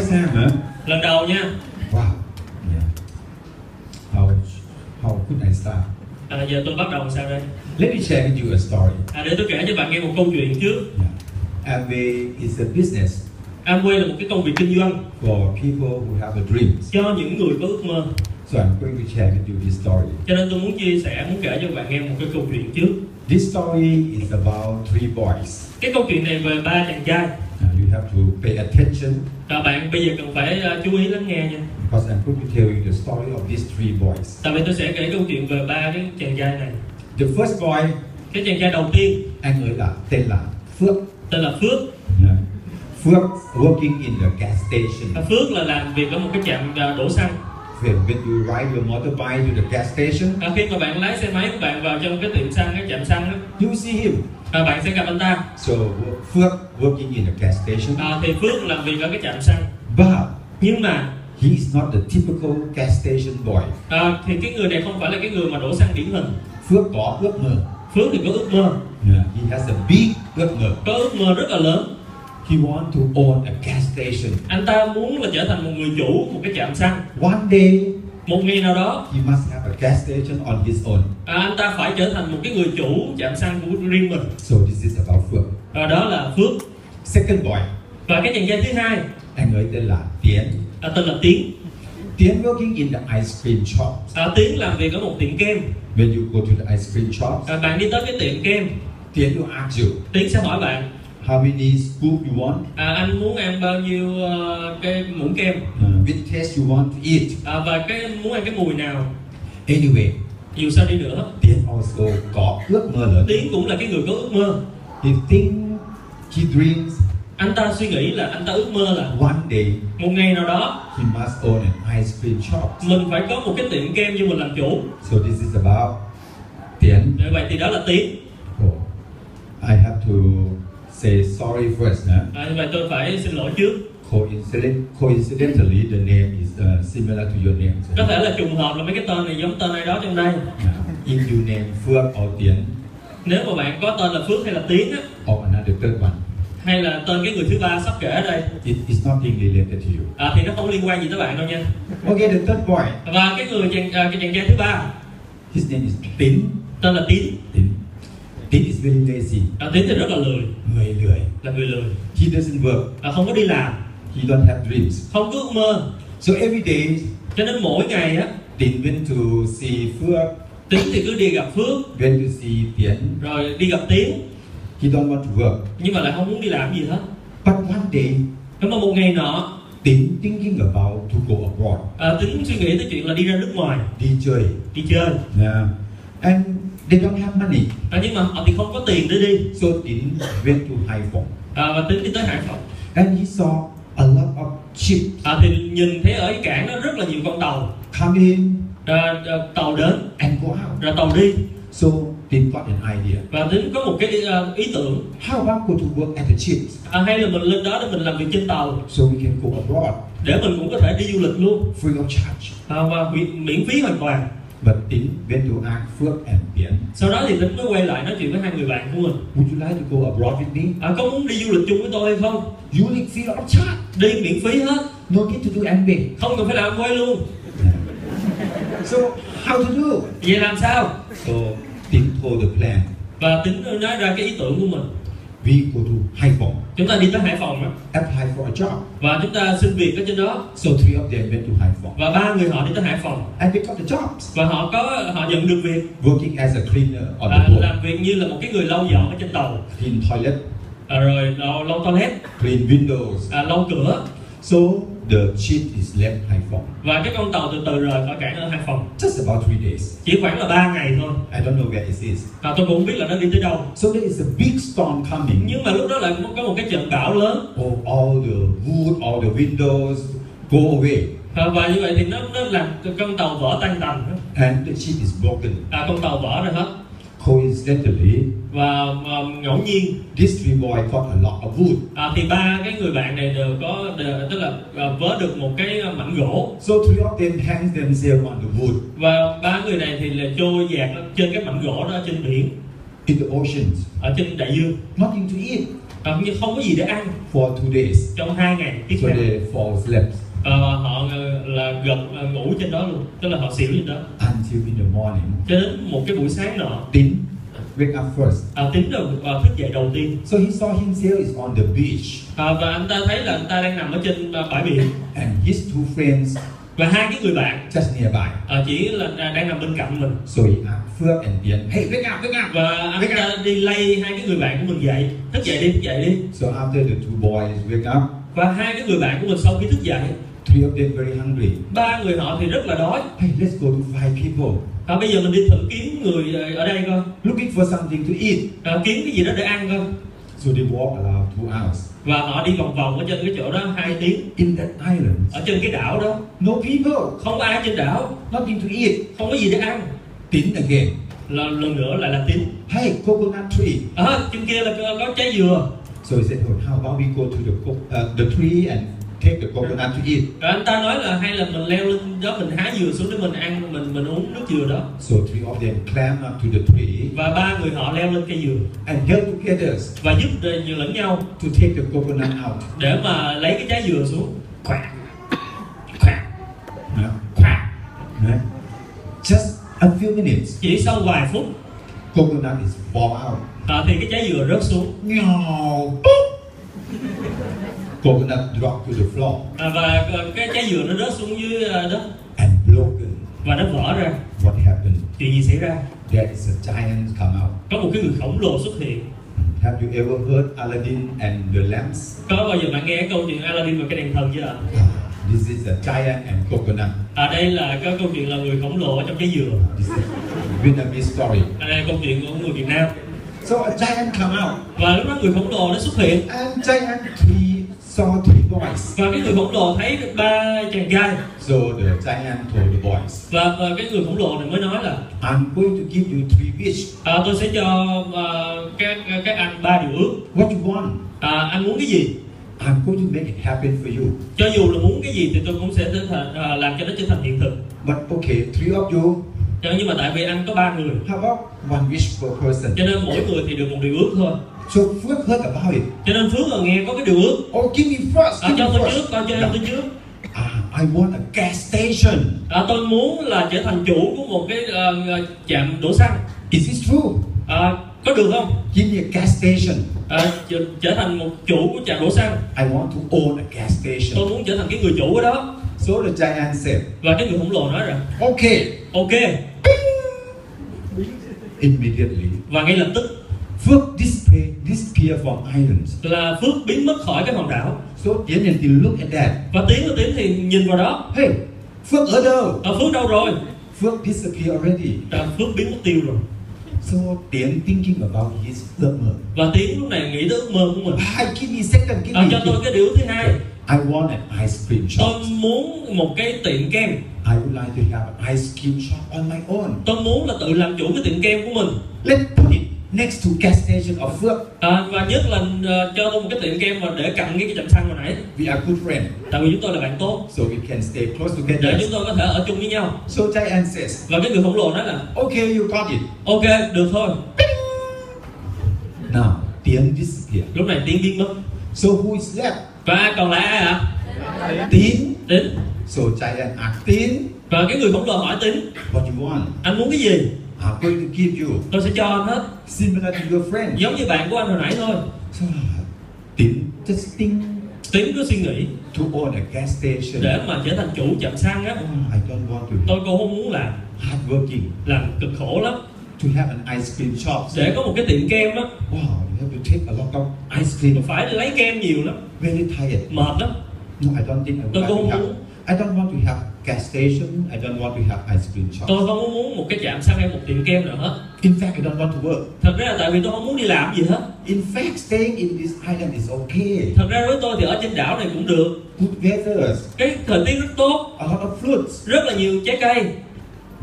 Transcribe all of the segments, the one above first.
time hả? lần đầu nha Wow. Yeah. How how could I start? à, giờ tôi bắt đầu sao đây Let me tell you a story. à, để tôi kể cho bạn nghe một câu chuyện trước Yeah. Amway is a business Amway là một cái công việc kinh doanh for people who have a dream. cho những người có ước mơ So I'm going to share with you this story. cho nên tôi muốn chia sẻ muốn kể cho bạn nghe một cái câu chuyện trước This story is about three boys. cái câu chuyện này về ba chàng trai Now you have to pay attention và bạn bây giờ cần phải à, chú ý lắng nghe nha because I'm going to tell you the story of these three boys. tại vì tôi sẽ kể câu chuyện về ba cái chàng trai này The first boy, cái chàng trai đầu tiên anh ấy là tên là Phước. tên là Phước Yeah. Phước working in the gas station. Và À, Phước là làm việc ở một cái trạm à, đổ xăng When, when you ride your motorbike to the gas station, à, khi mà bạn lái xe máy của bạn vào trong cái tiệm xăng cái trạm xăng đó, you see him. à, bạn sẽ gặp anh ta So Phước working in the gas station, à, thì Phước làm việc ở cái trạm xăng but nhưng mà he is not the typical gas station boy. à, thì cái người này không phải là cái người mà đổ xăng điển hình Phước có ước mơ. Phước thì có ước mơ Yeah. He has a big ước mơ. có ước mơ rất là lớn He want to own a gas station. anh ta muốn là trở thành một người chủ một cái trạm xăng One day một ngày nào đó he must have a gas station on his own. à, anh ta phải trở thành một cái người chủ trạm xăng của riêng mình So this is about Phước. và đó là Phước Second boy, và cái chàng trai thứ hai anh ấy tên là Tiến. à, tên là Tiến Tiến working in the ice cream shop. à, Tiến làm việc ở một tiệm kem When you go to the ice cream shop, à, bạn đi tới cái tiệm kem Tiến will ask you Tiến sẽ hỏi bạn how many scoop you want, à, anh muốn ăn bao nhiêu ờ, cái muỗng kem uh, which taste you want to eat. à, và cái muốn ăn cái mùi nào Anyway, dù sao đi nữa Tiến also có ước mơ lớn. Tiến cũng là cái người có ước mơ He think, he dreams anh ta suy nghĩ là anh ta ước mơ là one day một ngày nào đó he must own an ice cream shop. mình phải có một cái tiệm kem như mình làm chủ So this is about Tiến. Để vậy thì đó là Tiến Oh, I have to say sorry first. Huh? à, như vậy tôi phải xin lỗi trước Coincident, coincidentally, the name is uh, similar to your name. Uh, có thể là trùng hợp là mấy cái tên này giống tên ai đó trong đây Yeah. If you name Phước or Tiến nếu mà bạn có tên là Phước hay là Tiến á or another third one, hay là tên cái người thứ ba sắp kể ở đây it is nothing related to you. à, thì nó không liên quan gì tới bạn đâu nha Okay, the third boy, và cái người chàng, à, cái chàng trai thứ ba his name is Tín. tên là Tiến Tín, Tín is very lazy, à, Tiến thì rất là lười người lười. là người lười He doesn't work, à, không có đi làm he don't have dreams. không có ước mơ So every day, cho nên mỗi ngày á Tín went to see Phước, Tiến thì cứ đi gặp Phước went to see Tiến. rồi đi gặp Tiến He don't want to work. nhưng mà lại không muốn đi làm gì hết But one day, nhưng mà một ngày nọ Tín thinking about to go abroad, à, Tiến suy nghĩ tới chuyện là đi ra nước ngoài đi chơi. đi chơi Yeah. And they don't have money. à, nhưng mà họ thì không có tiền để đi So Tín went to Hải Phòng. à, và Tiến đi tới Hải Phòng And he saw a lot of ships à, thì nhìn thấy ở cái cảng đó rất là nhiều con tàu come in à, à, tàu đến and go out. rồi tàu đi So Tin got an idea. và Tiến có một cái à, ý tưởng How about go to work at the ships à, hay là mình lên đó để mình làm việc trên tàu so we can go abroad để mình cũng có thể đi du lịch luôn free of charge? à, và miễn, miễn phí hoàn toàn But Tin went to ask Phước and Tiến, sau đó thì tính mới quay lại nói chuyện với hai người bạn của mình would you like to go abroad with me? à, có muốn đi du lịch chung với tôi hay không You need free of charge. đi miễn phí hết No need to do anything. không cần phải làm quay luôn So how to do? vậy làm sao So Tin told the plan. và tính nói ra cái ý tưởng của mình We go to Hải Phòng, chúng ta đi tới hải phòng á, apply for a job. và chúng ta xin việc ở trên đó So three of them went to Hải Phòng và ba người họ đi tới hải phòng and they got the jobs. và họ có họ nhận được việc Working as a cleaner on à, the boat, làm việc như là một cái người lau dọn ở trên tàu clean toilet, à, rồi lau, lau toilet clean windows, à, lau cửa So the ship is left Haiphong. và cái con tàu từ từ rời khỏi cảng ở hải phòng Just about three days. chỉ khoảng là ba ngày thôi I don't know where it is. và tôi cũng không biết là nó đi tới đâu So there is a big storm coming. nhưng mà lúc đó là có một cái trận bão lớn Oh, all the wood, all the windows go away, à, và như vậy thì nó nó làm cho con tàu vỡ tan tành and the ship is broken. à, con tàu vỡ ra hết Coincidentally, và à, ngẫu nhiên these three boys got a lot of wood. à, thì ba cái người bạn này đều có đều, tức là à, vớ được một cái à, mảnh gỗ So three of them hang themselves on the wood và ba người này thì là trôi dạt trên cái mảnh gỗ đó trên biển in the oceans. ở trên đại dương Nothing to eat. Ờ, như không có gì để ăn for two days. trong hai ngày tiếp So theo they fall asleep Ờ, họ ờ, là gật ờ, ngủ trên đó luôn tức là họ xỉu trên đó until in the morning. cho đến một cái buổi sáng nọ Tin wake up first. à, tính được à, thức dậy đầu tiên So he saw himself is on the beach à, và anh ta thấy là anh ta đang nằm ở trên à, bãi biển and his two friends và hai cái người bạn just nearby. à, chỉ là à, đang nằm bên cạnh mình So he asked Phước and Bien, hey, wake up, wake up. và anh ta đi lay hai cái người bạn của mình dậy thức dậy đi thức dậy đi So after the two boys wake up, và hai cái người bạn của mình sau khi thức dậy three of them very hungry. ba người họ thì rất là đói Hey, let's go to five people à, bây giờ mình đi thử kiếm người ờ, ở đây coi looking for something to eat. à, kiếm cái gì đó để ăn coi So they walk around two hours. và họ đi vòng vòng ở trên cái chỗ đó hai tiếng In that island, ở trên cái đảo đó no people, không có ai trên đảo nothing to eat. không có gì để ăn Tin again. là lần nữa lại là tiếng Hey, coconut tree. à, trên kia là có, có trái dừa So he said, oh, how about we go to the co- uh, the tree and take the coconut to eat. Rồi À, anh ta nói là hay là mình leo lên đó mình hái dừa xuống để mình ăn mình mình uống nước dừa đó So three of them climb up to the tree và ba người họ leo lên cây dừa and help together và giúp đ- dừa lẫn nhau to take the coconut out. để mà lấy cái trái dừa xuống Quạt. Quạt. Now, Quạt. Right? Just a few minutes, chỉ sau vài phút coconut is fall out. à, thì cái trái dừa rớt xuống Meow. Boop. coconut drop to the floor à, và c- cái trái dừa nó rớt xuống dưới à, đất and broken. và nó vỡ ra What happened? chuyện gì xảy ra There is a giant come out. có một cái người khổng lồ xuất hiện Have you ever heard Aladdin and the lamps? có bao giờ bạn nghe cái câu chuyện Aladdin và cái đèn thần chưa ạ Ah, This is a giant and coconut. à, đây là cái câu chuyện là người khổng lồ ở trong trái dừa This is Vietnamese story. à, đây là câu chuyện của người Việt Nam So a giant come out và lúc đó người khổng lồ nó xuất hiện and giant three saw three boys. và cái người khổng lồ thấy được ba chàng trai So the giant told the boys, và, và cái người khổng lồ này mới nói là I'm going to give you three wishes. à, tôi sẽ cho à, các các anh ba điều ước What you want? à, anh muốn cái gì I'm going to make it happen for you. cho dù là muốn cái gì thì tôi cũng sẽ trở thành, à, làm cho nó trở thành hiện thực But okay, three of you, Cho- nhưng mà tại vì anh có ba người how about one wish per person? cho nên mỗi người thì được một điều ước thôi So Phước heard about it. cho nên phước là nghe có cái điều ước Oh, give me first, à, give cho me tôi trước first. tao cho em tôi trước Ah, I want a gas station. à, tôi muốn là trở thành chủ của một cái à, trạm đổ xăng Is this true? à, có được không Give me a gas station. à, trở, trở thành một chủ của trạm đổ xăng I want to own a gas tôi station. muốn trở thành cái người chủ ở đó So the giant said, và cái người khổng lồ nói rằng okay. ok Immediately, và ngay lập tức Phước displayed disappear from islands. là phước biến mất khỏi cái hòn đảo So Tiến and Tiến look at that. và tiếng và tiếng thì nhìn vào đó Hey, Phước ở đâu? à, phước đâu rồi Phước disappear already. à, phước biến mất tiêu rồi So Tiến thinking about his ước và tiếng lúc này nghĩ tới ước mơ của mình Hi, give me second, give à, me. cho tôi cái điều thứ hai I want an ice cream shop. tôi muốn một cái tiệm kem I would like to have an ice cream shop on my own. tôi muốn là tự làm chủ cái tiệm kem của mình Let's put it next to gas station of Phước. à, và nhất là à, cho tôi một cái tiệm kem mà để cạnh cái cái trạm xăng hồi nãy We are good friends, tại vì chúng tôi là bạn tốt so we can stay close để together. chúng tôi có thể ở chung với nhau So Jayan says, và cái người khổng lồ nói là okay, you got it. ok được thôi Now, Tien disappear. lúc này tiếng biến mất So who is left? và còn lại ai ạ Tien. tính So Jayan asked Tien, và cái người khổng lồ hỏi tính what you want? anh muốn cái gì I'm going to give you. tôi sẽ cho anh hết Similar to your friend. giống như bạn của anh hồi nãy thôi So Tien just think tính cứ suy nghĩ to own a gas station. để mà trở thành chủ trạm xăng á Oh, I don't want to tôi cũng không muốn làm hard working. làm cực khổ lắm to have an ice cream shop. để có một cái tiệm kem á Wow, you have to take a lot of ice cream. phải lấy kem nhiều lắm Very tired. mệt lắm No, I don't think I would Tôi like to không have. muốn. I don't want to have gas station. I don't want to have ice cream shop. tôi không có muốn một cái trạm xăng hay một tiệm kem nào hết In fact, I don't want to work. thật ra là tại vì tôi không muốn đi làm gì hết In fact, staying in this island is okay. thật ra với tôi thì ở trên đảo này cũng được Good weather, cái thời tiết rất tốt a lot of fruits. rất là nhiều trái cây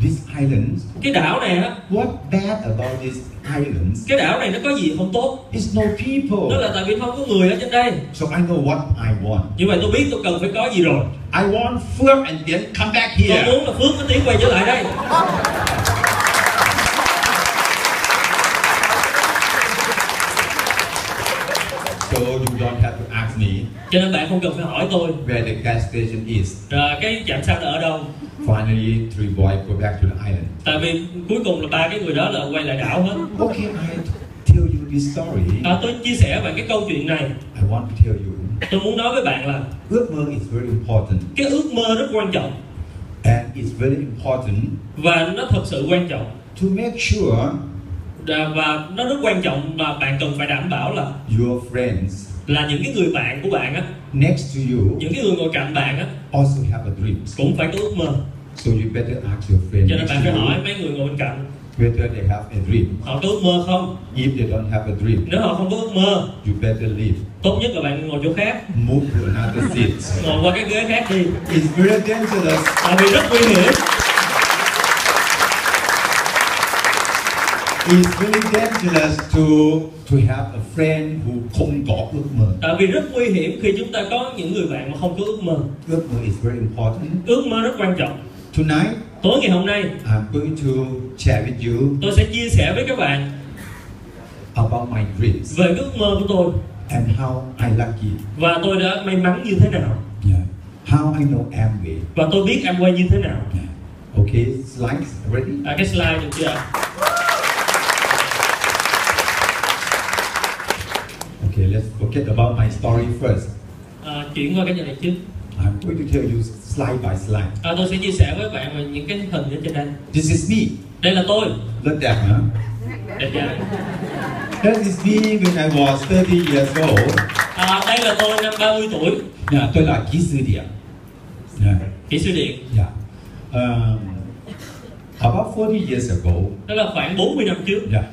This island, cái đảo này á what bad about this island cái đảo này nó có gì không tốt is no people. đó là tại vì không có người ở trên đây So I know what I want. như vậy tôi biết tôi cần phải có gì rồi I want Phước and then come back here. tôi muốn là phước có tiếng quay trở lại đây So So you don't have to ask me cho nên bạn không cần phải hỏi tôi where the gas station is. à, cái trạm xăng là ở đâu Finally, three boys go back to the island. tại vì cuối cùng là ba cái người đó là quay lại đảo hết Okay, I tell you this story. à, tôi chia sẻ bạn cái câu chuyện này I want to tell you. tôi muốn nói với bạn là Ước mơ is very important. cái ước mơ rất quan trọng And it's very important và nó thật sự quan trọng to make sure Đà- và nó rất quan trọng mà bạn cần phải đảm bảo là your friends là những cái người bạn của bạn á next to you những cái người ngồi cạnh bạn á also have a dream. cũng phải có ước mơ So you better ask your friends cho nên bạn next phải hỏi to mấy người ngồi bên cạnh you whether they have a dream. họ có ước mơ không If they don't have a dream, nếu họ không có ước mơ you better leave. tốt nhất là bạn ngồi chỗ khác Move to another seat. ngồi qua cái ghế khác đi It's very dangerous. tại vì rất nguy hiểm It's very dangerous to to have a friend who không có ước mơ. tại vì rất nguy hiểm khi chúng ta có những người bạn mà không có ước mơ Ước mơ is very important. ước mơ rất quan trọng Tonight, tối ngày hôm nay I'm going to share with you tôi sẽ chia sẻ với các bạn about my dreams về cái ước mơ của tôi and how I lucky. và tôi đã may mắn như thế nào Yeah. How I know Amway. và tôi biết em quay như thế nào Yeah. Okay, slides ready? à, cái slide được chưa ạ? Okay, let's forget about my story first. à, chuyển qua cái nhà này trước I'm going to tell you slide by slide. à, tôi sẽ chia sẻ với bạn về những cái hình ở trên đây This is me. đây là tôi Look that, huh? đẹp trai That is me when I was 30 years old. à, đây là tôi năm 30 tuổi Yeah, tôi là kỹ sư điện. Yeah. kỹ sư điện Yeah. Um, about 40 years ago, đó là khoảng 40 năm trước yeah,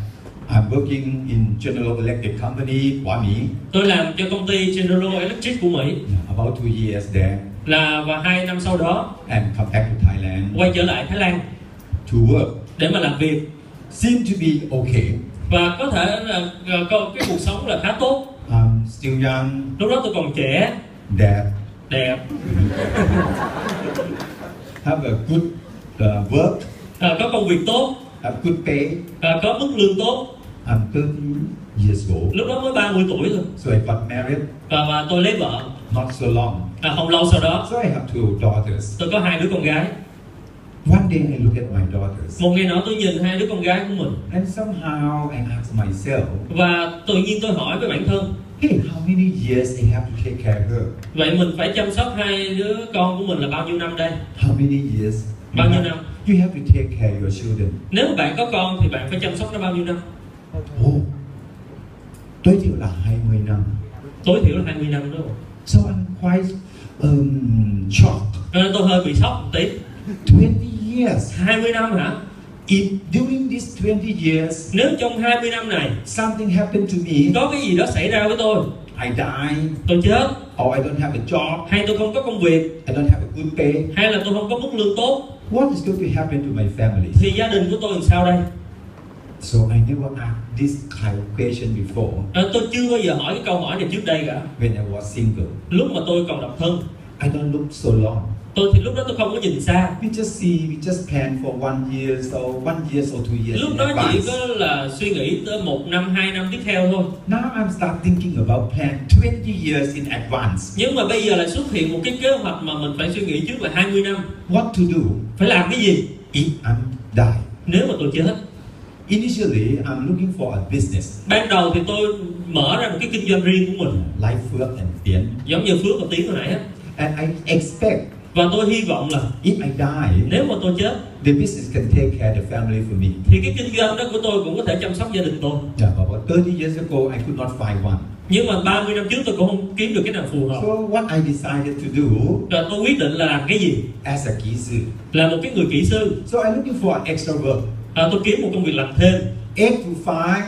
I'm working in General Electric Company, Hua Mi. tôi làm cho công ty General Electric của Mỹ Yeah, about two years there, là và hai năm sau đó and come back to Thailand quay trở lại Thái Lan to work. để mà làm việc Seemed to be okay. và có thể là là có cái cuộc sống là khá tốt I'm Um, still young, lúc đó tôi còn trẻ that đẹp have a good uh, work, à, có công việc tốt have good pay. à, có mức lương tốt I'm 30 years old, lúc đó mới 30 tuổi thôi so I got married và, và tôi lấy vợ not so long. à, không lâu sau đó So I have two daughters. tôi có hai đứa con gái One day I look at my daughters, một ngày nọ tôi nhìn hai đứa con gái của mình and somehow I ask myself, và tự nhiên tôi hỏi với bản thân Hey, how many years I have to take care of her? vậy mình phải chăm sóc hai đứa con của mình là bao nhiêu năm đây How many years? Bao nhiêu you năm? have- You have to take care of your children. nếu bạn có con thì bạn phải chăm sóc nó bao nhiêu năm Oh, tối thiểu là 20 năm. tối thiểu là 20 năm đúng không So I'm quite um, shocked. Cho nên tôi hơi bị sốc một tí 20 years. 20 năm hả If during these 20 years nếu trong 20 năm này something happened to me, có cái gì đó xảy ra với tôi I die, tôi chết or I don't have a job, hay tôi không có công việc I don't have a good pay, hay là tôi không có mức lương tốt what is going to happen to my family? thì gia đình của tôi làm sao đây So I never asked this kind of question before à, tôi chưa bao giờ hỏi cái câu hỏi này trước đây cả when I was single. lúc mà tôi còn độc thân I don't look so long. tôi thì lúc đó tôi không có nhìn xa We just see, we just plan for one year, so one year or two years lúc in đó chỉ advance. có là suy nghĩ tới một năm hai năm tiếp theo thôi Now I'm start thinking about plan 20 years in advance. nhưng mà bây giờ lại xuất hiện một cái kế hoạch mà mình phải suy nghĩ trước là 20 năm What to do phải làm cái gì if I'm die? nếu mà tôi chết Initially, I'm looking for a business ban đầu thì tôi mở ra một cái kinh doanh riêng của mình like Phước and Tiến, giống như phước và tiếng hồi nãy á and I expect và tôi hy vọng là if I die, nếu mà tôi chết the business can take care of the family for me. thì cái kinh doanh đó của tôi cũng có thể chăm sóc gia đình tôi Yeah, about 30 years ago, I could not find one. nhưng mà 30 năm trước tôi cũng không kiếm được cái nào phù hợp So what I decided to do rồi tôi quyết định là làm cái gì as a kizu. là một cái người kỹ sư So I'm looking for an extra work. à, tôi kiếm một công việc làm thêm 8 to 5,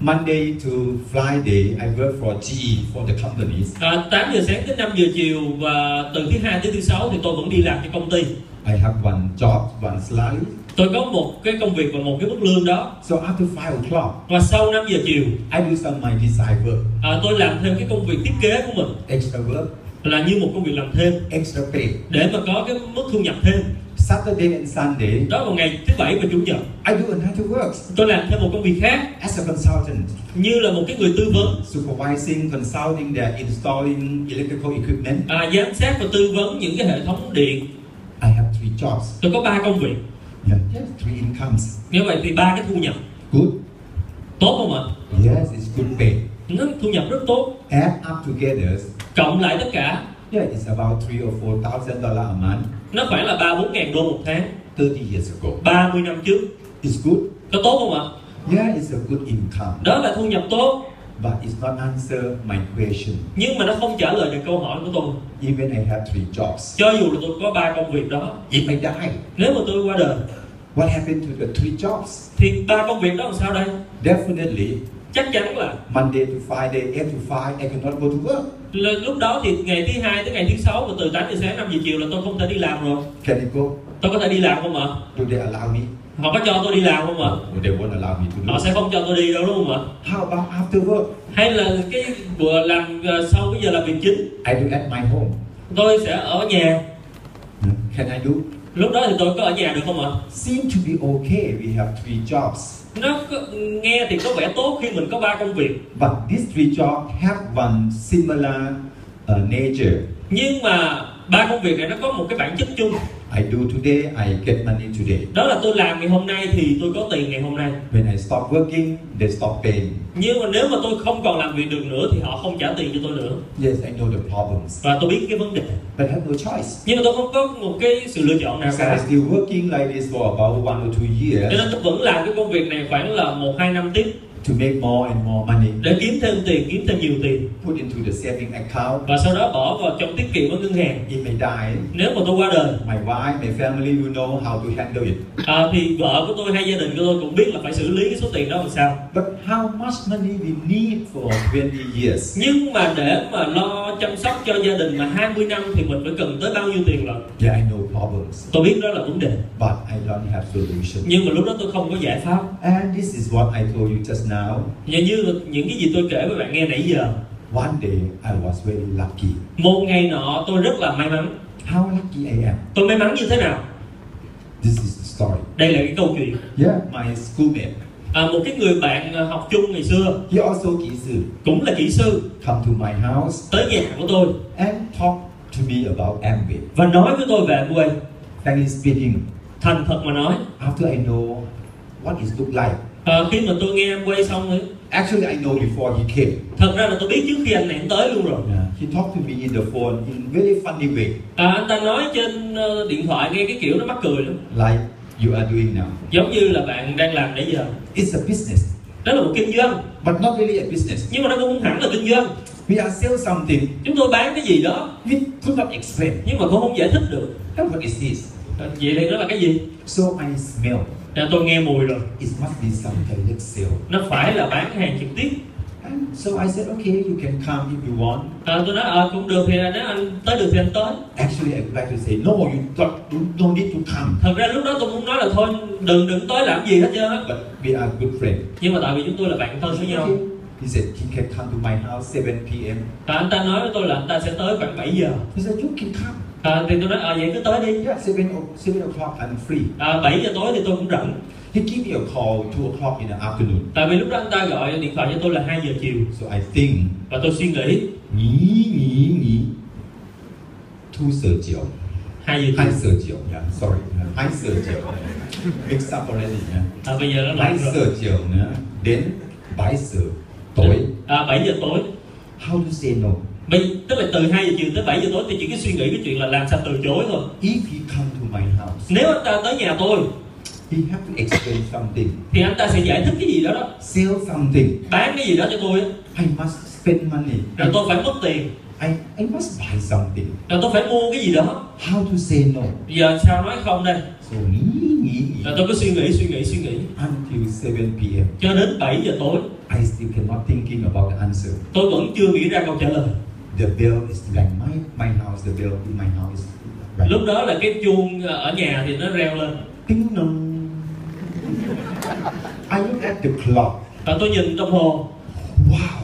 Monday to Friday, I work for GE, for the companies. à, 8 giờ sáng đến 5 giờ chiều và từ thứ hai tới thứ sáu thì tôi vẫn đi làm cho công ty I have one job, one salary. tôi có một cái công việc và một cái mức lương đó So after 5 o'clock, và sau 5 giờ chiều I do some my design work. à, tôi làm thêm cái công việc thiết kế của mình Extra work, là như một công việc làm thêm extra pay. để mà có cái mức thu nhập thêm Saturday and Sunday, đó là ngày thứ bảy và chủ nhật I do another work tôi làm thêm một công việc khác as a consultant, như là một cái người tư vấn supervising, consulting, they're installing electrical equipment. à, giám sát và tư vấn những cái hệ thống điện I have three jobs. tôi có ba công việc Yeah, yeah, three incomes. như vậy thì ba cái thu nhập Good. tốt không ạ Yes, it's good pay. nó thu nhập rất tốt Add up together, cộng lại tất cả yeah, it's about three or four thousand dollar a month. nó khoảng là ba bốn ngàn đô một tháng 30 years ago. 30 năm trước It's good. có tốt không ạ Yeah, it's a good income. đó là thu nhập tốt But it's not answer my question. nhưng mà nó không trả lời được câu hỏi của tôi Even I have three jobs. cho dù là tôi có ba công việc đó If I die, nếu mà tôi qua đời what happened to the three jobs? thì ba công việc đó làm sao đây Definitely, chắc chắn là, Monday to Friday, 8 to 5, I cannot go to work. là lúc đó thì ngày thứ hai tới ngày thứ sáu và từ 8 giờ sáng 5 giờ chiều là tôi không thể đi làm rồi Can I go? tôi có thể đi làm không ạ Do they allow me? họ có cho tôi đi làm không ạ No, they won't allow me to do họ it. sẽ không cho tôi đi đâu đúng không ạ How about after work? hay là cái vừa làm ờ, sau cái giờ làm việc chính I do at my home. tôi sẽ ở nhà Can I do? lúc đó thì tôi có ở nhà được không ạ Seem to be okay. We have three jobs. nó có, nghe thì có vẻ tốt khi mình có ba công việc But these three jobs have one similar uh, nature. nhưng mà ba công việc này nó có một cái bản chất chung I do today, I get money today. đó là tôi làm ngày hôm nay thì tôi có tiền ngày hôm nay When I stop working, they stop paying. nhưng mà nếu mà tôi không còn làm việc được nữa thì họ không trả tiền cho tôi nữa Yes, I know the problems, và tôi biết cái vấn đề but I have no choice. nhưng mà tôi không có một cái sự lựa chọn nào So I'm cả still working like this for about one or two cho years nên tôi vẫn làm cái công việc này khoảng là một hai năm tiếp to make more and more money. để kiếm thêm tiền kiếm thêm nhiều tiền Put into the saving account. và sau đó bỏ vào trong tiết kiệm ở ngân hàng If I die, nếu mà tôi qua đời my wife, my family will know how to handle it. à, thì vợ của tôi hay gia đình của tôi cũng biết là phải xử lý cái số tiền đó làm sao But how much money we need for 20 years? Nhưng mà để mà lo chăm sóc cho gia đình mà 20 năm thì mình phải cần tới bao nhiêu tiền lận Yeah, I know problems, Tôi biết đó là vấn đề but I don't have solution. Nhưng mà lúc đó tôi không có giải pháp And this is what I told you just now. Như như những cái gì tôi kể với bạn nghe nãy giờ One day I was very lucky. Một ngày nọ tôi rất là may mắn How lucky I am. Tôi may mắn như thế nào? This is the story. Đây là cái câu chuyện Yeah, my schoolmate. à, Một cái người bạn à, học chung ngày xưa He also Gizu Cũng là kỹ sư come to my house Tới nhà của tôi and talk to me about Amway. Và nói với tôi về Amway Frankly speaking, Thành thật mà nói after I know what it look like, à, Khi mà tôi nghe Amway xong ấy, actually I know before he came. Thật ra là tôi biết trước khi anh này anh tới luôn rồi Yeah, He talked to me in the phone in very funny way, à, Anh ta nói trên ờ, điện thoại nghe cái kiểu nó mắc cười lắm like you are doing now. giống như là bạn đang làm nãy giờ It's a business, đó là một kinh doanh but not really a business. nhưng mà nó cũng không hẳn là kinh doanh We are sell something chúng tôi bán cái gì đó we could not explain. nhưng mà cũng không giải thích được And what is this? Ờ, vậy thì đó là cái gì So I smell. là tôi nghe mùi rồi It must be some direct sale. nó phải là bán hàng trực tiếp And so I said, okay, you can come if you want. à, tôi nói ờ cũng được thì là nếu anh tới được thì anh tới Actually, I would like to say, no, you got, you no need to come. thật ra lúc đó tôi muốn nói là thôi đừng đừng tới làm gì hết trơn á But we are good friends. nhưng mà tại vì chúng tôi là bạn thân với nhau Okay. He said, he can come to my house 7 p.m. à, anh ta nói với tôi là anh ta sẽ tới khoảng 7 giờ He said, you can come. à, thì tôi nói ờ vậy cứ tới đi Yeah, 7, o- 7 o'clock, I'm free. à, 7 giờ tối thì tôi cũng rảnh He gave me a call 2 o'clock in the afternoon. tại vì lúc đó anh ta gọi điện thoại cho tôi là 2 giờ chiều So I think, và tôi suy nghĩ nghĩ, nghĩ, nghĩ. 2 giờ chiều. 2 giờ 2 chiều giờ chiều. Yeah, sorry. 2 giờ chiều. Mix up already. Yeah. à, bây giờ nó 2 lạnh rồi giờ chiều nữa đến 7 giờ tối. à, 7 giờ tối How to say no? Bây, tức là từ 2 giờ chiều tới 7 giờ tối thì chỉ cái suy nghĩ cái chuyện là làm sao từ chối thôi If he come to my house, nếu anh ta tới nhà tôi he have to explain something, thì anh ta sẽ giải thích cái gì đó đó sell something. bán cái gì đó cho tôi á. I must spend money. rồi tôi phải mất tiền I, I must buy something. rồi tôi phải mua cái gì đó How to say no? giờ sao nói không đây So nghĩ nghĩ nghĩ rồi tôi cứ suy nghĩ suy nghĩ suy nghĩ until 7 p.m. cho đến 7 giờ tối I still cannot thinking about the answer. tôi vẫn chưa nghĩ ra câu trả lời The bell is like my my house. The bell in my house is right. lúc đó là cái chuông ờ, ở nhà thì nó reo lên Ding dong. I look at the clock. và tôi nhìn đồng hồ Wow,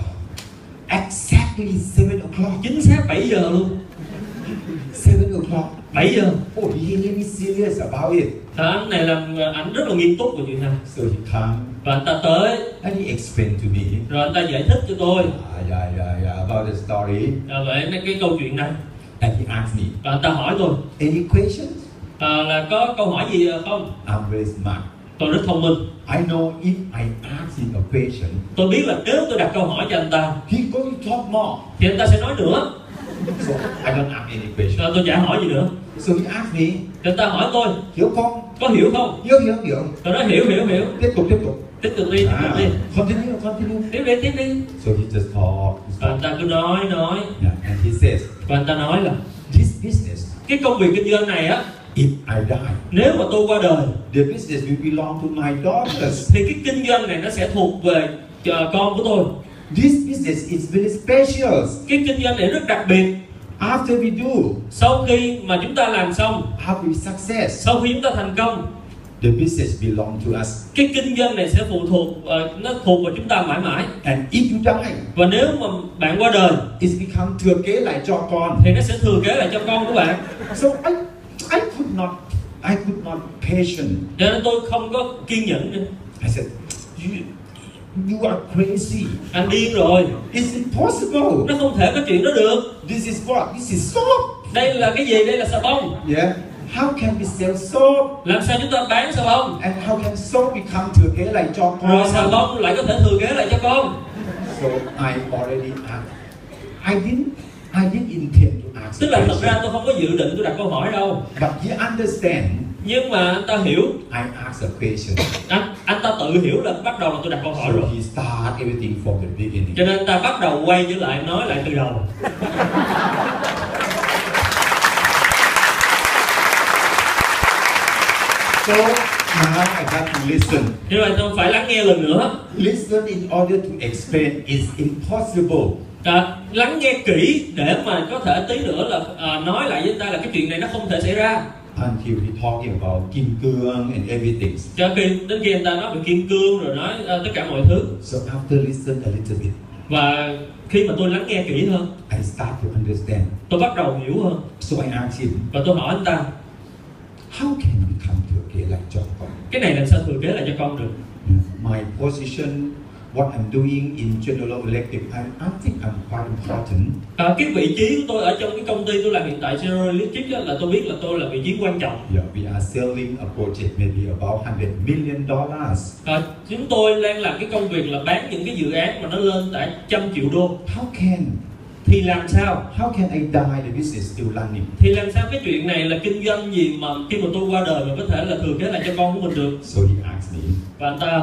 exactly 7 o'clock. chính xác 7 giờ luôn 7 7 o'clock. 7 giờ Oh, he really serious about it. Thằng anh này làm ờ, ảnh rất là nghiêm túc về chuyện này So he come Và anh ta tới and he explained to me Rồi anh ta giải thích cho tôi ah, yeah, yeah, yeah, about the story. à, Về cái- cái câu chuyện này And he asked me, Và anh ta À, hỏi tôi any questions? à, Là có câu hỏi gì à, không I'm very smart. Tôi rất thông minh I know if I ask him a question, Tôi biết là nếu tôi đặt câu hỏi cho anh ta he going to talk more. Thì anh ta sẽ nói nữa So I don't ask any question. Rồi tôi chả hỏi gì nữa So he asked me, Thì anh ta hỏi tôi hiểu không? Có hiểu không Hiểu, hiểu, hiểu. Tôi nói hiểu hiểu hiểu Tiếp tục, tiếp tục. Tiếp tục đi tiếp tục Ah, đi continue, continue. Tiếp đi tiếp đi So he just talk, he Và anh talk. ta cứ nói nói Yeah, and he says, Và anh ta nói là this business, Cái công việc kinh doanh này á if I die, Nếu mà tôi qua đời the business will belong to my daughters. Thì cái kinh doanh này nó sẽ thuộc về ờ, con của tôi This business is very special. Cái kinh doanh này rất đặc biệt After we do, Sau khi mà chúng ta làm xong after we success, Sau khi chúng ta thành công the business belong to us. Cái kinh doanh này sẽ phụ thuộc ờ, Nó thuộc vào chúng ta mãi mãi And if you die, Và nếu mà bạn qua đời it's become thừa kế lại cho con. Thì nó sẽ thừa kế lại cho con của bạn So I, I could not, I could not patient. Cho nên tôi không có kiên nhẫn nữa I said, you, you are crazy. Anh điên rồi It's impossible. Nó không thể có chuyện đó được This is what? This is soap. Đây là cái gì? Đây là xà bông Yeah. How can we sell soap? Làm sao chúng ta bán xà bông And how can soap become thừa kế lại cho Rồi xà con? bông lại có thể thừa kế lại cho con So I already asked. I didn't, I didn't intend to ask. Tức là thật ra question. tôi không có dự định tôi đặt câu hỏi đâu But he understand. Nhưng mà anh ta hiểu I asked a question. Anh, anh ta tự hiểu là bắt đầu là tôi đặt câu hỏi So rồi he start everything from the beginning. Cho nên anh ta bắt đầu quay trở lại nói lại từ đầu So now I have to listen. Nhưng mà tôi phải lắng nghe lần nữa Listen in order to explain is impossible. à, Lắng nghe kỹ để mà có thể tí nữa là à, nói lại với anh ta là cái chuyện này nó không thể xảy ra Until he talking about Kim Cương and everything. Cho khi đến khi anh ta nói về kim cương rồi nói à, tất cả mọi thứ So after listen a little bit, Và khi mà tôi lắng nghe kỹ hơn I start to understand. Tôi bắt đầu hiểu hơn So I asked him, Và tôi hỏi anh ta how can we come to a gay like Joppa? Cái này làm sao thừa kế lại cho con được My position, what I'm doing in General Electric, I, I think I'm quite important. à, Cái vị trí của tôi ở trong cái công ty tôi làm hiện tại General Electric á, là tôi biết là tôi là vị trí quan trọng Yeah, we are selling a project maybe about 100 million dollars. à, Chúng tôi đang làm cái công việc là bán những cái dự án mà nó lên tại trăm triệu đô How can Thì làm sao? how can I die? The business still running. Thì làm sao cái chuyện này là kinh doanh gì mà khi mà tôi qua đời mà có thể là thừa kế lại cho con của mình được So he asked me, Và anh ta à,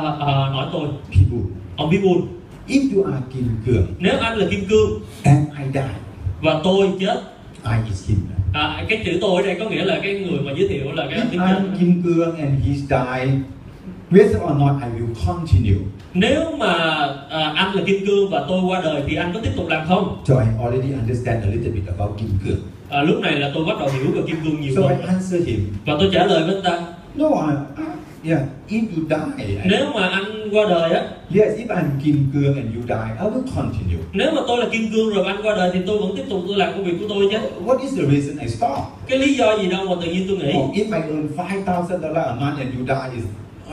hỏi tôi people, Ông biết buồn if you are Kim Cường Nếu anh là Kim Cương and I die, và tôi chết I is him. à, Cái chữ tôi ở đây có nghĩa là cái người mà giới thiệu là cái If tiếng I'm Anh Kim Cương and he's die, whether or not I will continue. Nếu mà à, anh là Kim Cương và tôi qua đời thì anh có tiếp tục làm không? So I already understand a little bit about Kim Cương. À, lúc này là tôi bắt đầu hiểu về Kim Cương nhiều So I hơn answer him, Và tôi trả lời với anh ta no, I, I, yeah, if you die, I- Nếu mà anh qua đời á yes, if I'm Kim Cương and you die, I will continue. Nếu mà tôi là Kim Cương rồi mà anh qua đời thì tôi vẫn tiếp tục tôi làm công việc của tôi chứ What is the reason I stop? Cái lý do gì đâu mà tự nhiên tôi nghĩ Or if I earn five thousand dollar a month and you die, is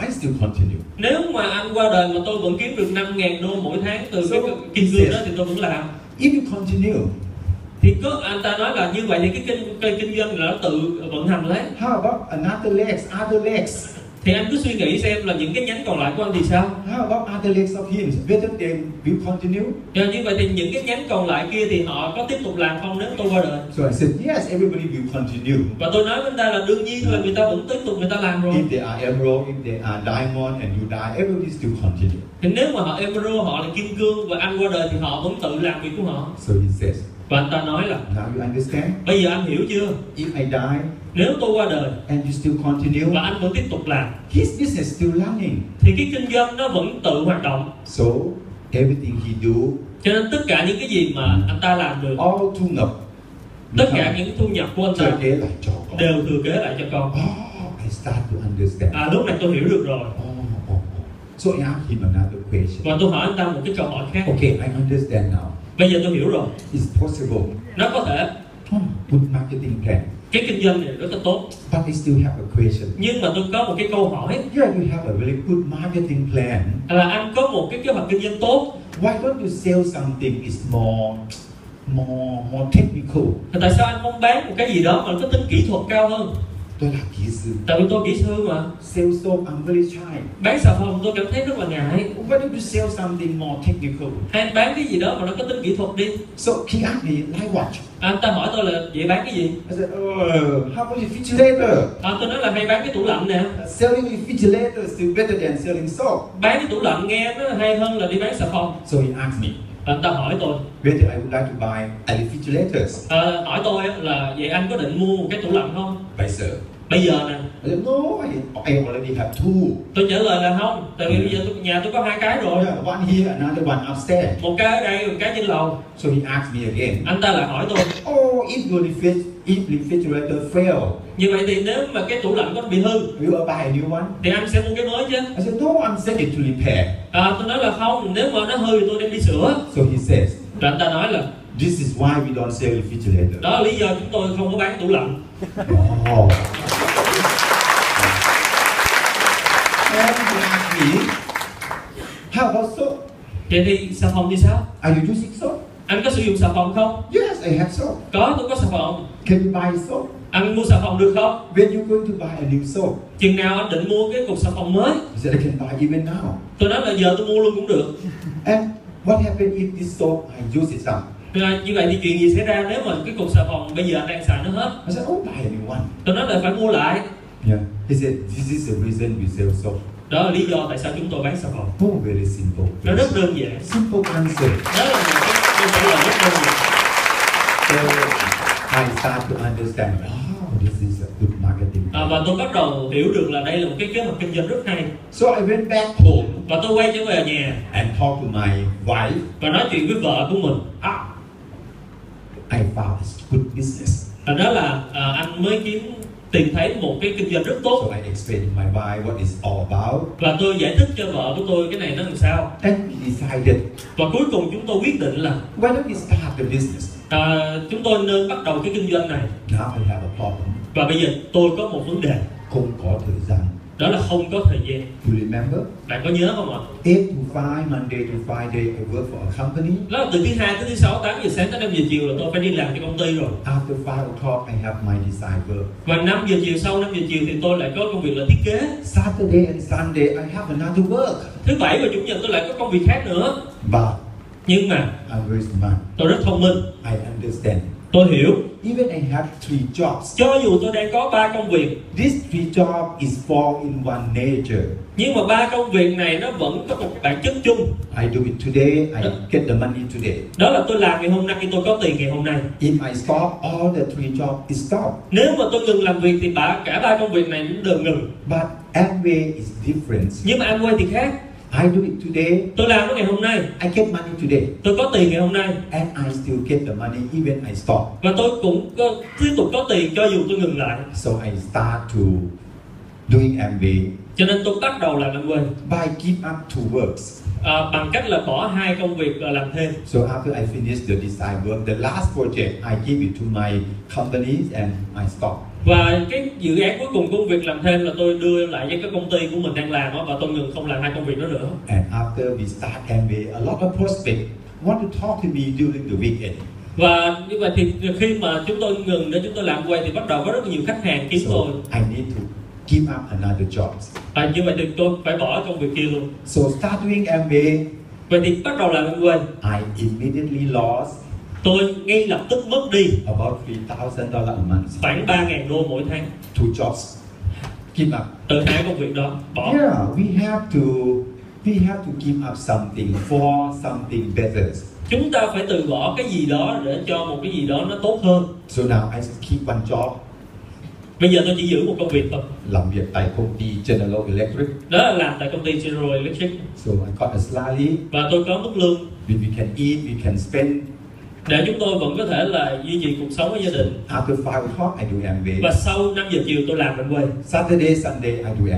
I still continue? Nếu mà anh qua đời mà tôi vẫn kiếm được 5.000 đô mỗi tháng từ cái Kim Cương đó thì tôi vẫn làm If you continue, Thì có anh ta nói là như vậy thì cái kinh, cái kinh doanh là nó tự vận hành lấy how about another legs, other legs? Thì anh cứ suy nghĩ xem là những cái nhánh còn lại của anh thì sao How about other legs of him? Whether they will continue? Cho như vậy thì những cái nhánh còn lại kia thì họ có tiếp tục làm không nếu tôi qua đời So I said, yes, everybody will continue. Và tôi nói với anh ta là đương nhiên là người ta vẫn tiếp tục người ta làm rồi If they are emerald, if they are diamond, and you die, everybody still continue. Thì nếu mà họ Emerald, họ là kim cương và anh qua đời thì họ vẫn tự làm việc của họ So he says, Và anh ta nói là now you understand? bây giờ anh hiểu chưa If I die Nếu tôi qua đời and you still continue, và anh vẫn tiếp tục làm his business still running. Thì cái kinh doanh nó vẫn tự hoạt động So everything he do, Cho nên tất cả những cái gì mà anh ta làm được all thu nhập Tất cả những thu nhập của anh thừa ta kế lại cho con. đều thừa kế lại cho con Oh, I start to understand. À lúc này tôi hiểu được rồi Oh, oh, oh. So I asked him another question. Và tôi hỏi anh ta một cái câu hỏi khác Okay, I understand now. Bây giờ tôi hiểu rồi It's possible. Nó có thể hmm, good marketing plan. cái kinh doanh này rất là tốt But I still have a question. nhưng mà tôi có một cái câu hỏi Yeah, you have a really good marketing plan. là anh có một cái kế hoạch kinh doanh tốt Why don't you sell something is more, more, more technical? thì tại sao anh không bán một cái gì đó mà có tính kỹ thuật cao hơn Tôi là kỹ sư. tại vì tôi kỹ sư mà Sell soap, I'm very shy. bán xà phòng tôi cảm thấy rất là ngại Why don't you sell something more technical? hay anh bán cái gì đó mà nó có tính kỹ thuật đi À, So he asked me, like what? anh ta hỏi tôi là vậy bán cái gì I said, oh, how about refrigerator? à, tôi nói là hay bán cái tủ lạnh nè Selling refrigerator is still better than selling soap. bán cái tủ lạnh nghe nó hay hơn là đi bán xà phòng So he asked me anh ta hỏi tôi whether I would like to buy a refrigerator. à, hỏi tôi á, là vậy anh có định mua một cái tủ lạnh không By sir. bây giờ nè I said, no, I, I already have two. tôi trả lời là không tại vì bây giờ tôi, nhà tôi có hai cái Oh, rồi yeah, one here, another one upstairs. một cái ở đây một cái trên lầu So he asked me again. anh ta lại hỏi tôi Oh, if your refri- if refrigerator fail, như vậy thì nếu mà cái tủ lạnh có bị hư will I buy a new one? thì anh sẽ mua cái mới chứ I said, no, I'm sending to repair. à, tôi nói là không nếu mà nó hư thì tôi đem đi sửa So he says, rồi anh ta nói là this is why we don't sell refrigerator. đó là lý do chúng tôi không có bán tủ lạnh Oh. And he asked me, how about soap? vậy thì xà phòng thì sao Are you using soap? anh có sử dụng xà phòng không Yes, I have soap. có tôi có xà phòng Can you buy soap? anh mua xà phòng được không When you going to buy a new soap? chừng nào anh định mua cái cục xà phòng mới He said, I can buy even now. tôi nói là giờ tôi mua luôn cũng được And what happened if this soap I use it up? Rồi, như vậy thì chuyện gì xảy ra nếu mà cái cục xà phòng bây giờ anh đang xài nó hết I said, oh, buy a new one. tôi nói là phải mua lại Yeah. He said, this is the reason we sell soap. đó là lý do tại sao chúng tôi bán xà phòng Oh, very simple. nó rất đơn giản Simple answer. đó là một cái câu trả lời rất đơn giản So I start to understand. Oh, this is a good marketing. à, và tôi bắt đầu hiểu được là đây là một cái kế hoạch kinh doanh rất hay So I went back home và tôi quay trở về nhà and talked to my wife. và nói chuyện với vợ của mình À, Ah, I found a good business. và đó là à, anh mới kiếm tìm thấy một cái kinh doanh rất tốt So I explained to my wife what it's all about. và tôi giải thích cho vợ của tôi cái này nó làm sao And we decided, và cuối cùng chúng tôi quyết định là why don't we start the business? à, chúng tôi nên bắt đầu cái kinh doanh này Now I have a problem. và bây giờ tôi có một vấn đề Không có thời gian. đó là không có thời gian You remember? bạn có nhớ không ạ 8 to 5, Monday to Friday, I work for a company. đó là từ thứ hai tới thứ sáu 8 giờ sáng tới 5 giờ chiều là tôi phải đi làm cho công ty rồi After 5 o'clock, I have my design work. và 5 giờ chiều sau 5 giờ chiều thì tôi lại có công việc là thiết kế Saturday and Sunday, I have another work. thứ bảy và chủ nhật tôi lại có công việc khác nữa But nhưng mà I'm very smart. tôi rất thông minh I understand. tôi hiểu Even I have three jobs. cho dù tôi đang có ba công việc This three job is four in one nature. nhưng mà ba công việc này nó vẫn có một bản chất chung I do it today, I get the money today. đó là tôi làm ngày hôm nay tôi có tiền ngày hôm nay If I stop, all the three job is stop. nếu mà tôi ngừng làm việc thì bả cả ba công việc này cũng đều ngừng But Amway is different. nhưng mà anh quay thì khác I do it today, tôi làm nó ngày hôm nay I get money today, tôi có tiền ngày hôm nay and I still get the money even I stop. và tôi cũng có, tiếp tục có tiền cho dù tôi ngừng lại So I start to doing Amway. cho nên tôi bắt đầu làm anh quên But I give up two works. à, bằng cách là bỏ hai công việc và làm thêm So after I finish the design work, the last project, I give it to my companies and I stop. và cái dự án cuối cùng công việc làm thêm là tôi đưa lại cho cái công ty của mình đang làm á, và tôi ngừng không làm hai công việc đó nữa And after we start MBA, a lot of prospects want to talk to me during the weekend. và như vậy thì khi mà chúng tôi ngừng để chúng tôi làm quay thì bắt đầu có rất là nhiều khách hàng kiếm tôi So I need to give up another job. và như vậy thì tôi phải bỏ công việc kia luôn So start doing MBA, vậy thì bắt đầu làm anh quên I immediately lost tôi ngay lập tức mất đi about three thousand dollars a month. khoảng 3.000 đô mỗi tháng Two jobs, give up. từ hai công việc đó bỏ Yeah, we have to. We have to give up something for something better. chúng ta phải từ bỏ cái gì đó để cho một cái gì đó nó tốt hơn So now I just keep one job, bây giờ tôi chỉ giữ một công việc thôi làm việc tại công ty General Electric. đó là làm tại công ty General Electric So I got a salary, và tôi có mức lương we we can eat, we can spend, để chúng tôi vẫn có thể là duy trì cuộc sống với gia đình After five o'clock, I do MBA. và sau 5 giờ chiều tôi làm anh quay Saturday, Sunday, I do MBA.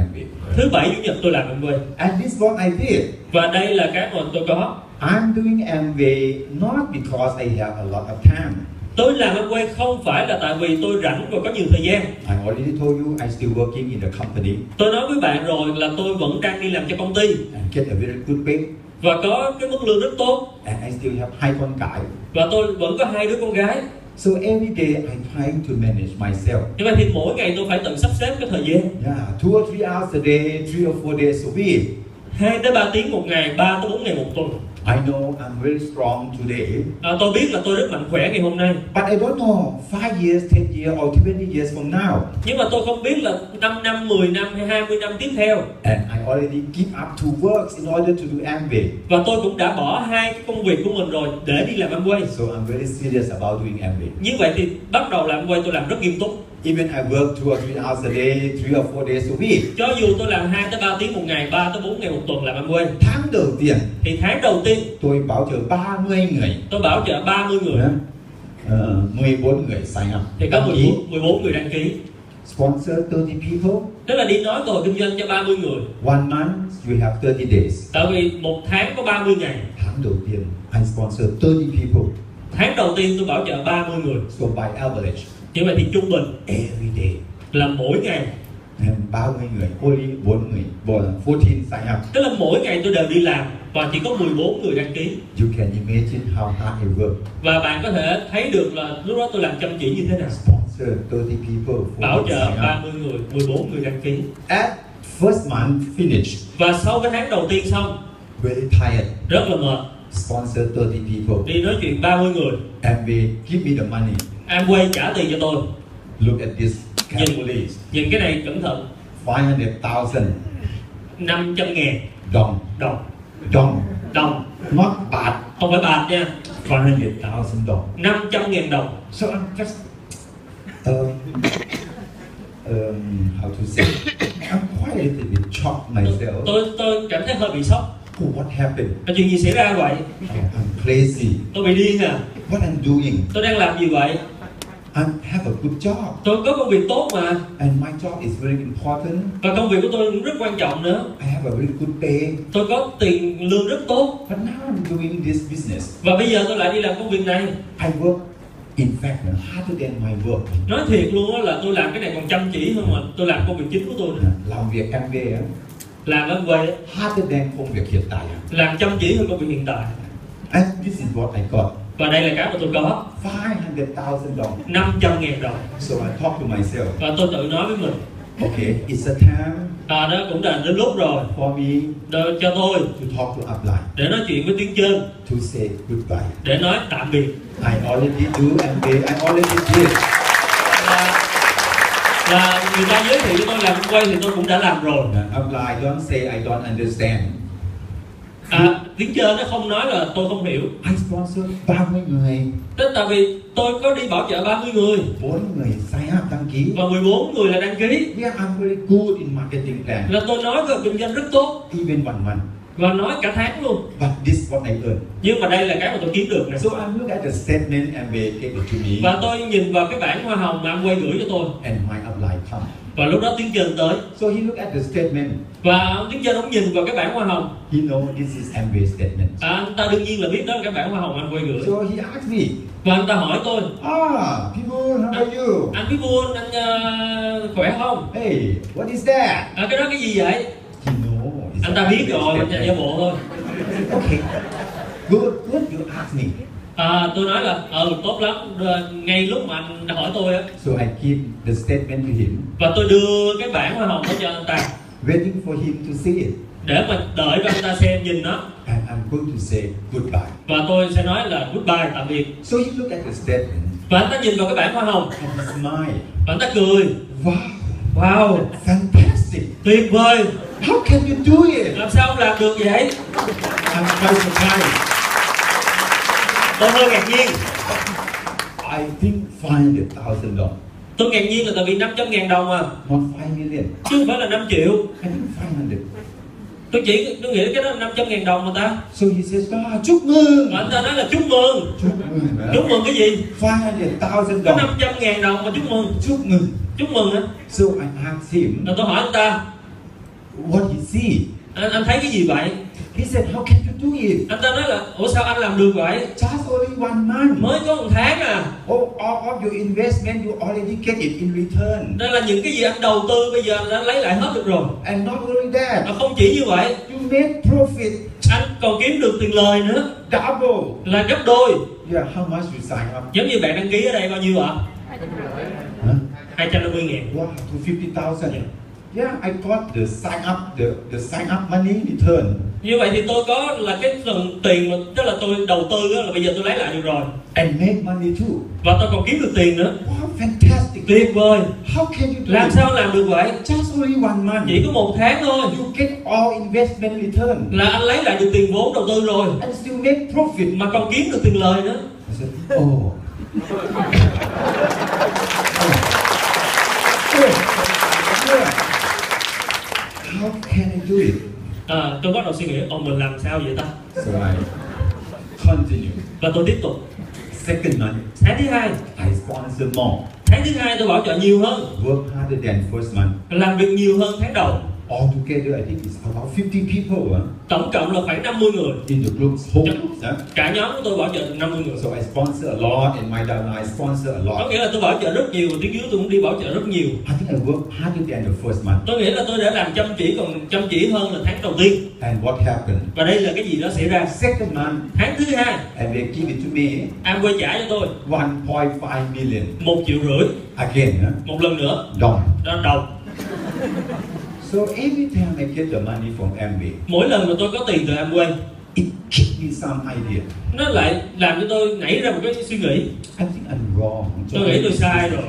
thứ bảy chủ nhật tôi làm anh quay And this is what I did. và đây là cái mà tôi có I'm doing MBA not because I have a lot of time, tôi làm ăn quay không phải là tại vì tôi rảnh và có nhiều thời gian I already told you I still working in the company tôi nói với bạn rồi là tôi vẫn đang đi làm cho công ty and get a very good pay và có cái mức lương rất tốt and I still have high con guy. và tôi vẫn có hai đứa con gái So every day I trying to manage myself. như vậy thì mỗi ngày tôi phải tự sắp xếp cái thời gian Yeah, two or three hours a day, three or four days a week. hai tới ba tiếng một ngày ba tới bốn ngày một tuần I know I'm very strong today, à, tôi biết là tôi rất mạnh khỏe ngày hôm nay but I don't know five years, ten years, or twenty years from now. nhưng mà tôi không biết là 5 năm 10 năm hay 20 năm tiếp theo And I already give up two works in order to do MBA. và tôi cũng đã bỏ hai cái công việc của mình rồi để đi làm Amway So I'm very serious about doing MBA. như vậy thì bắt đầu làm Amway tôi làm rất nghiêm túc Even I work two or three hours a day, three or four days a week. cho dù tôi làm 2 tới 3 tiếng một ngày 3 tới 4 ngày một tuần làm Amway Tháng đầu tiên thì tháng đầu tiên tôi bảo trợ 30 người, tôi bảo trợ 30 người Dạ. Ờ, 14 người sign up. thì có Đăng ký. 14, 14 người đăng ký Sponsor 30 people. tức là đi nói tôi kinh doanh cho 30 người One month you have 30 days. tại vì một tháng có 30 ngày Tháng đầu tiên I sponsor 30 people. tháng đầu tiên tôi bảo trợ 30 người So by average như vậy thì trung bình every day là mỗi ngày and 30 người, only 4 người, well, 14 sign up. tức là mỗi ngày tôi đều đi làm và chỉ có 14 người đăng ký You can imagine how hard it work. và bạn có thể thấy được là lúc đó tôi làm chăm chỉ như thế nào Sponsor 30 people. 14 bảo trợ sign up. 30 người 14 người đăng ký At first month finish, và sau cái tháng đầu tiên xong very tired. rất là mệt Sponsor 30 people đi nói chuyện 30 người and they give me the money. Amway trả tiền cho tôi Look at this carefully. nhìn cái này cẩn thận 500,000 500 ngàn dong, đồng dong, đồng not bad. không phải bạc nha 500,000 dong. 500 ngàn đồng So I'm just, um, um, how to say, I'm quite a little bit shocked myself. tôi tôi cảm thấy hơi bị sốc Oh, what happened? là chuyện gì xảy ra vậy Oh, I'm crazy. tôi bị điên à What I'm doing? tôi đang làm gì vậy I have a good job, tôi có công việc tốt mà and my job is very important. và công việc của tôi cũng rất quan trọng nữa I have a very good pay, tôi có tiền lương rất tốt but now I'm doing this business. và bây giờ tôi lại đi làm công việc này I work, in fact, harder than my work. nói thiệt luôn á là tôi làm cái này còn chăm chỉ hơn mà tôi làm công việc chính của tôi nữa Làm việc em về á, làm ở quê á, harder than công việc hiện tại. làm chăm chỉ hơn công việc hiện tại And this is what I got. và đây là cái mà tôi có 500,000 dollars. 500 ngàn đồng So I talk to myself. và tôi tự nói với mình Okay, it's a time à, đó cũng là đến lúc rồi for me Đợi cho tôi to talk to upline để nói chuyện với tiếng trên to say goodbye. để nói tạm biệt I already do and they, I already did. là, là người ta giới thiệu cho tôi làm quay thì tôi cũng đã làm rồi The upline don't say I don't understand. à, tiếng trên nó không nói là tôi không hiểu I sponsor 30 người, tức tại vì tôi có đi bảo trợ 30 người 4 người sign up đăng ký. và 14 người là đăng ký Yeah, I'm very good in marketing plan. là tôi nói là kinh doanh rất tốt Even one month. và nói cả tháng luôn But this what I earn. nhưng mà đây là cái mà tôi kiếm được nè So I look at the statement and they gave it to me. và tôi nhìn vào cái bảng hoa hồng mà anh quay gửi cho tôi And my upline come. và lúc đó tiếng trên tới So he look at the statement. và ông tiếng trên ông nhìn vào cái bảng hoa hồng He know this is MBA statement. à, anh ta đương nhiên là biết đó là cái bảng hoa hồng anh quay gửi So he asked me, và anh ta hỏi tôi Ah, people, how are you? anh biết buôn anh ờ, khỏe không Hey, what is that? à, cái đó cái gì vậy He know. it's anh ta biết rồi anh a- chạy giả bộ thôi Okay. Good, good. You ask me. à, tôi nói là ừ tốt lắm Rồi ngay lúc mà anh hỏi tôi á So I give the statement to him, và tôi đưa cái bảng hoa hồng đó cho anh ta waiting for him to see it, để mà đợi cho anh ta xem nhìn nó and I'm going to say goodbye. và tôi sẽ nói là goodbye tạm biệt So he look at the statement và anh ta nhìn vào cái bảng hoa hồng and smile. và anh ta cười Wow, wow fantastic! tuyệt vời How can you do it? làm sao ông làm được vậy I'm quite surprised. tôi hơi ngạc nhiên I think five hundred thousand dollars, tôi ngạc nhiên là tại vì 500 ngàn đồng à not five million. chứ không phải là 5 triệu I think five hundred. tôi chỉ tôi nghĩ cái đó là 500 ngàn đồng mà ta So he says, ah, chúc mừng, mà anh ta nói là chúc mừng chúc mừng. hả? chúc mừng cái gì Five hundred thousand có dollars, 500 ngàn đồng mà chúc mừng chúc mừng. chúc mừng á So I asked him rồi tôi hỏi anh ta what he see. anh anh thấy cái gì vậy He said, How can you do it? anh ta nói là ủa sao anh làm được vậy Just only one month. mới có một tháng à Oh, all of your investment, you already get it in return. nên là những cái gì anh đầu tư bây giờ anh đã lấy lại hết được rồi And not only that, mà không chỉ như vậy you made profit anh còn kiếm được tiền lời nữa double. là gấp đôi Yeah, how much you sign up? giống như bạn đăng ký ở đây bao nhiêu ạ Huh? 250 ngàn Wow, to 50,000. Yeah, I got the sign up, the, the sign up money return. như vậy thì tôi có là cái phần tiền mà tức là tôi đầu tư á, là bây giờ tôi lấy lại được rồi And make money too. và tôi còn kiếm được tiền nữa Wow, fantastic. tuyệt vời How can you do làm it? sao làm được vậy Just only one month. chỉ có một tháng thôi You get all investment return là anh lấy lại được tiền vốn đầu tư rồi and still make profit. mà còn kiếm được tiền lời nữa I said, oh. Yeah, yeah. How can I do it? à, tôi bắt đầu suy nghĩ ông mình làm sao vậy ta So I continue. và tôi tiếp tục Second month, tháng thứ hai I sponsor more. tháng thứ hai tôi bảo trợ nhiều hơn Work harder than first month. làm việc nhiều hơn tháng đầu Altogether, I think it's about 50 people huh, tổng cộng là khoảng 50 người in the groups, whole groups. Huh? cả nhóm của tôi bảo trợ được 50 người So I sponsor a lot, and my down I sponsor a có lot. nghĩa là tôi bảo trợ rất nhiều trước dưới tôi cũng đi bảo trợ rất nhiều I think I work harder than the first month. tôi nghĩ là tôi đã làm chăm chỉ còn chăm chỉ hơn là tháng đầu tiên And what happened? và đây là cái gì đó xảy ra Second month, tháng thứ hai and they give it to me anh quay trả cho tôi 1.5 million. một triệu rưỡi again, huh? một lần nữa done. đó đầu So every time I get the money from MB, mỗi lần mà tôi có tiền từ Amway it gives me some idea. nó lại làm cho tôi nảy ra một cái suy nghĩ I think I'm wrong. tôi nghĩ tôi sai rồi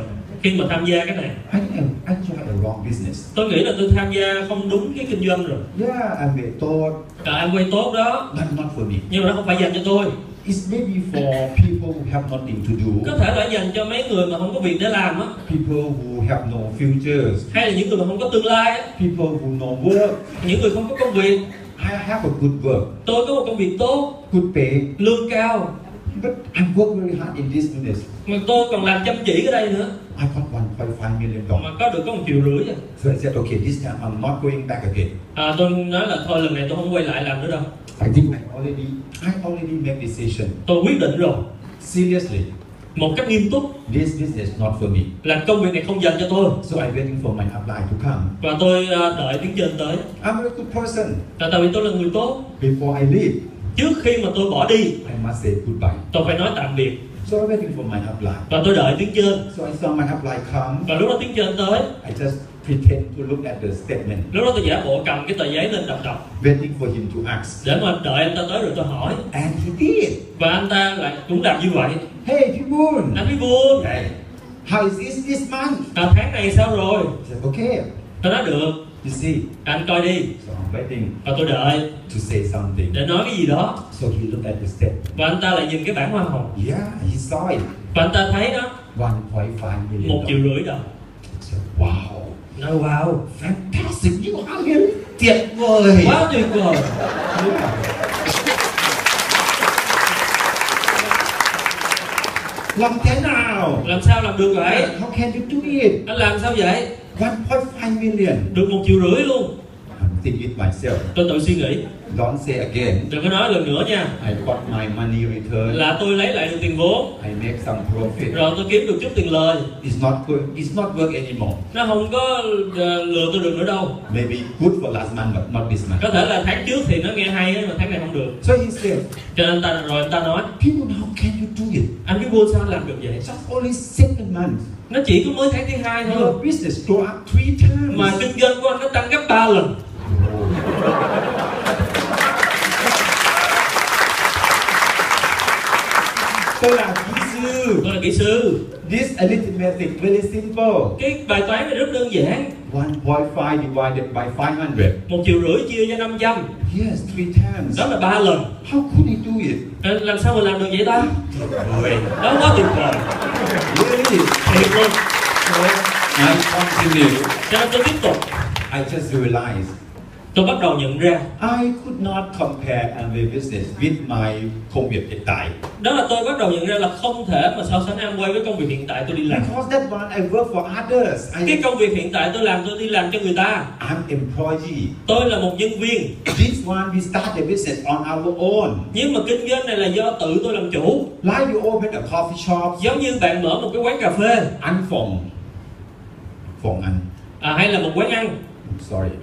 khi mà tham gia cái này I think I'm- I tried the wrong business. tôi nghĩ là tôi tham gia không đúng cái kinh doanh rồi Yeah, MB thought, cả Amway tốt đó but not for me. nhưng mà nó không phải dành cho tôi It's maybe for people who have nothing to có do, thể là dành cho mấy người mà không có việc để làm á people who have no futures, hay là những người mà không có tương lai á people who no work. những người không có công việc I have a good work, tôi có một công việc tốt good pay, lương cao but I work very hard in this business. mà tôi còn làm chăm chỉ ở đây nữa I got 1.5 million dollars. mà có được có một triệu rưỡi à. So I said, okay, this time I'm not going back again. à tôi nói là thôi lần này tôi không quay lại làm nữa đâu I think I already, I already made decision. tôi quyết định rồi Seriously, một cách nghiêm túc this business not for me. là công việc này không dành cho tôi So I'm waiting for my upline to come. và tôi à, đợi tiếng trên tới I'm a good person. là tại vì tôi là người tốt Before I leave, trước khi mà tôi bỏ đi I must say goodbye. tôi phải nói tạm biệt So I'm waiting for my upline. và tôi đợi tiếng trên So I saw my upline come. và lúc đó tiếng trên tới I just pretend to look at the statement, lúc đó tôi giả bộ cầm cái tờ giấy lên đọc đọc waiting for him to ask. để mà đợi anh ta tới rồi tôi hỏi And he did. và anh ta lại cũng làm như vậy Hey, Pibun. anh mới buồn Hey, how is this this month? à, tháng này sao rồi I said, okay. tôi nói được You see, anh coi đi so I'm waiting và tôi đợi to say something. để nói cái gì đó So he looked at the statement. và anh ta lại nhìn cái bảng hoa hồng Yeah, he saw it. và anh ta thấy đó 1.5 một million. triệu rưỡi đồng dollars. Wow, nói wow fantastic. You are really tuyệt vời. quá tuyệt vời Làm thế nào? làm sao làm được vậy How can you do it? anh làm sao vậy 1.5 million. được một triệu rưỡi luôn I'm thinking myself. tôi tự suy nghĩ Don't say again. đừng có nói lần nữa nha I got my money returned. là tôi lấy lại được tiền vốn I make some profit. rồi tôi kiếm được chút tiền lời It's not good. It's not work anymore. nó không có ờ, lừa tôi được nữa đâu Maybe good for last month, but not this month. có thể là tháng trước thì nó nghe hay ấy, mà tháng này không được So he said, cho nên ta rồi anh ta nói people, how can you do it? anh cái buôn sao anh làm được vậy Just only second month. nó chỉ có mới tháng thứ hai thôi Your business grow up three times. mà kinh doanh của anh nó tăng gấp 3 lần Tôi là kỹ sư. tôi là kỹ sư This arithmetic very simple. cái bài toán này rất đơn giản 1.5 divided by 500. một triệu rưỡi chia cho 500 Yes, three times. đó là ba lần How could he do it? Ờ, làm sao mà làm được vậy ta Boy, đó quá tuyệt vời really? thiệt luôn So I continue. cho nên tôi tiếp tục I just realized tôi bắt đầu nhận ra I could not compare Amway business with my công việc hiện tại đó là tôi bắt đầu nhận ra là không thể mà so sánh Amway với công việc hiện tại tôi đi làm because that one I work for others cái I công việc hiện tại tôi làm tôi đi làm cho người ta I'm employee tôi là một nhân viên this one we start the business on our own nhưng mà kinh doanh này là do tự tôi làm chủ like you open a coffee shop giống như bạn mở một cái quán cà phê ăn phòng phòng ăn à, hay là một quán ăn I'm sorry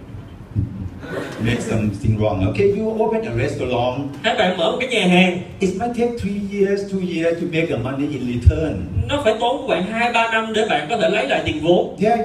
make something wrong okay you open a restaurant hay bạn mở một cái nhà hàng it might take three years two years to make the money in return nó phải tốn của bạn hai ba năm để bạn có thể lấy lại tiền vốn there you